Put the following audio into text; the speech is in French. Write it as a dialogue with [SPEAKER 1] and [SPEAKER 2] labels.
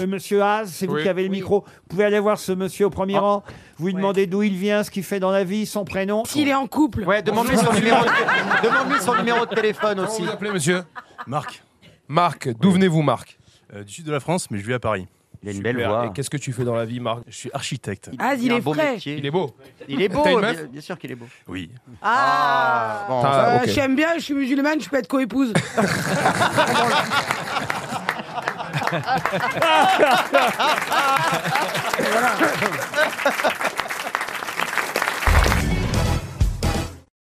[SPEAKER 1] Euh, Monsieur Haas, c'est vous
[SPEAKER 2] Oui.
[SPEAKER 1] qui avez le
[SPEAKER 2] Oui. Ah.
[SPEAKER 1] micro. Vous pouvez aller voir ce monsieur au premier rang. Vous lui demandez d'où il vient, ce qu'il fait dans la vie, son prénom.
[SPEAKER 3] S'il est en couple.
[SPEAKER 4] Ouais, demande-lui son, numéro de... demande son numéro de téléphone
[SPEAKER 2] Comment
[SPEAKER 4] aussi.
[SPEAKER 2] vous appelez, monsieur
[SPEAKER 5] Marc,
[SPEAKER 2] Marc, d'où venez-vous, Marc
[SPEAKER 5] euh, du sud de la France, mais je vis à Paris.
[SPEAKER 4] Il a une
[SPEAKER 2] Super. Et qu'est-ce que tu fais dans la vie, Marc
[SPEAKER 5] Je suis architecte.
[SPEAKER 3] Ah, il
[SPEAKER 4] a un
[SPEAKER 3] est
[SPEAKER 4] beau
[SPEAKER 3] frais.
[SPEAKER 4] métier.
[SPEAKER 2] Il est beau.
[SPEAKER 4] Il est beau,
[SPEAKER 2] T'as une
[SPEAKER 4] bien,
[SPEAKER 2] meuf
[SPEAKER 4] bien sûr qu'il est beau.
[SPEAKER 5] Oui.
[SPEAKER 3] Ah,
[SPEAKER 4] Bon,
[SPEAKER 2] T'as-
[SPEAKER 3] Euh,
[SPEAKER 2] ok.
[SPEAKER 3] J'aime bien, je suis musulmane, je peux être coépouse.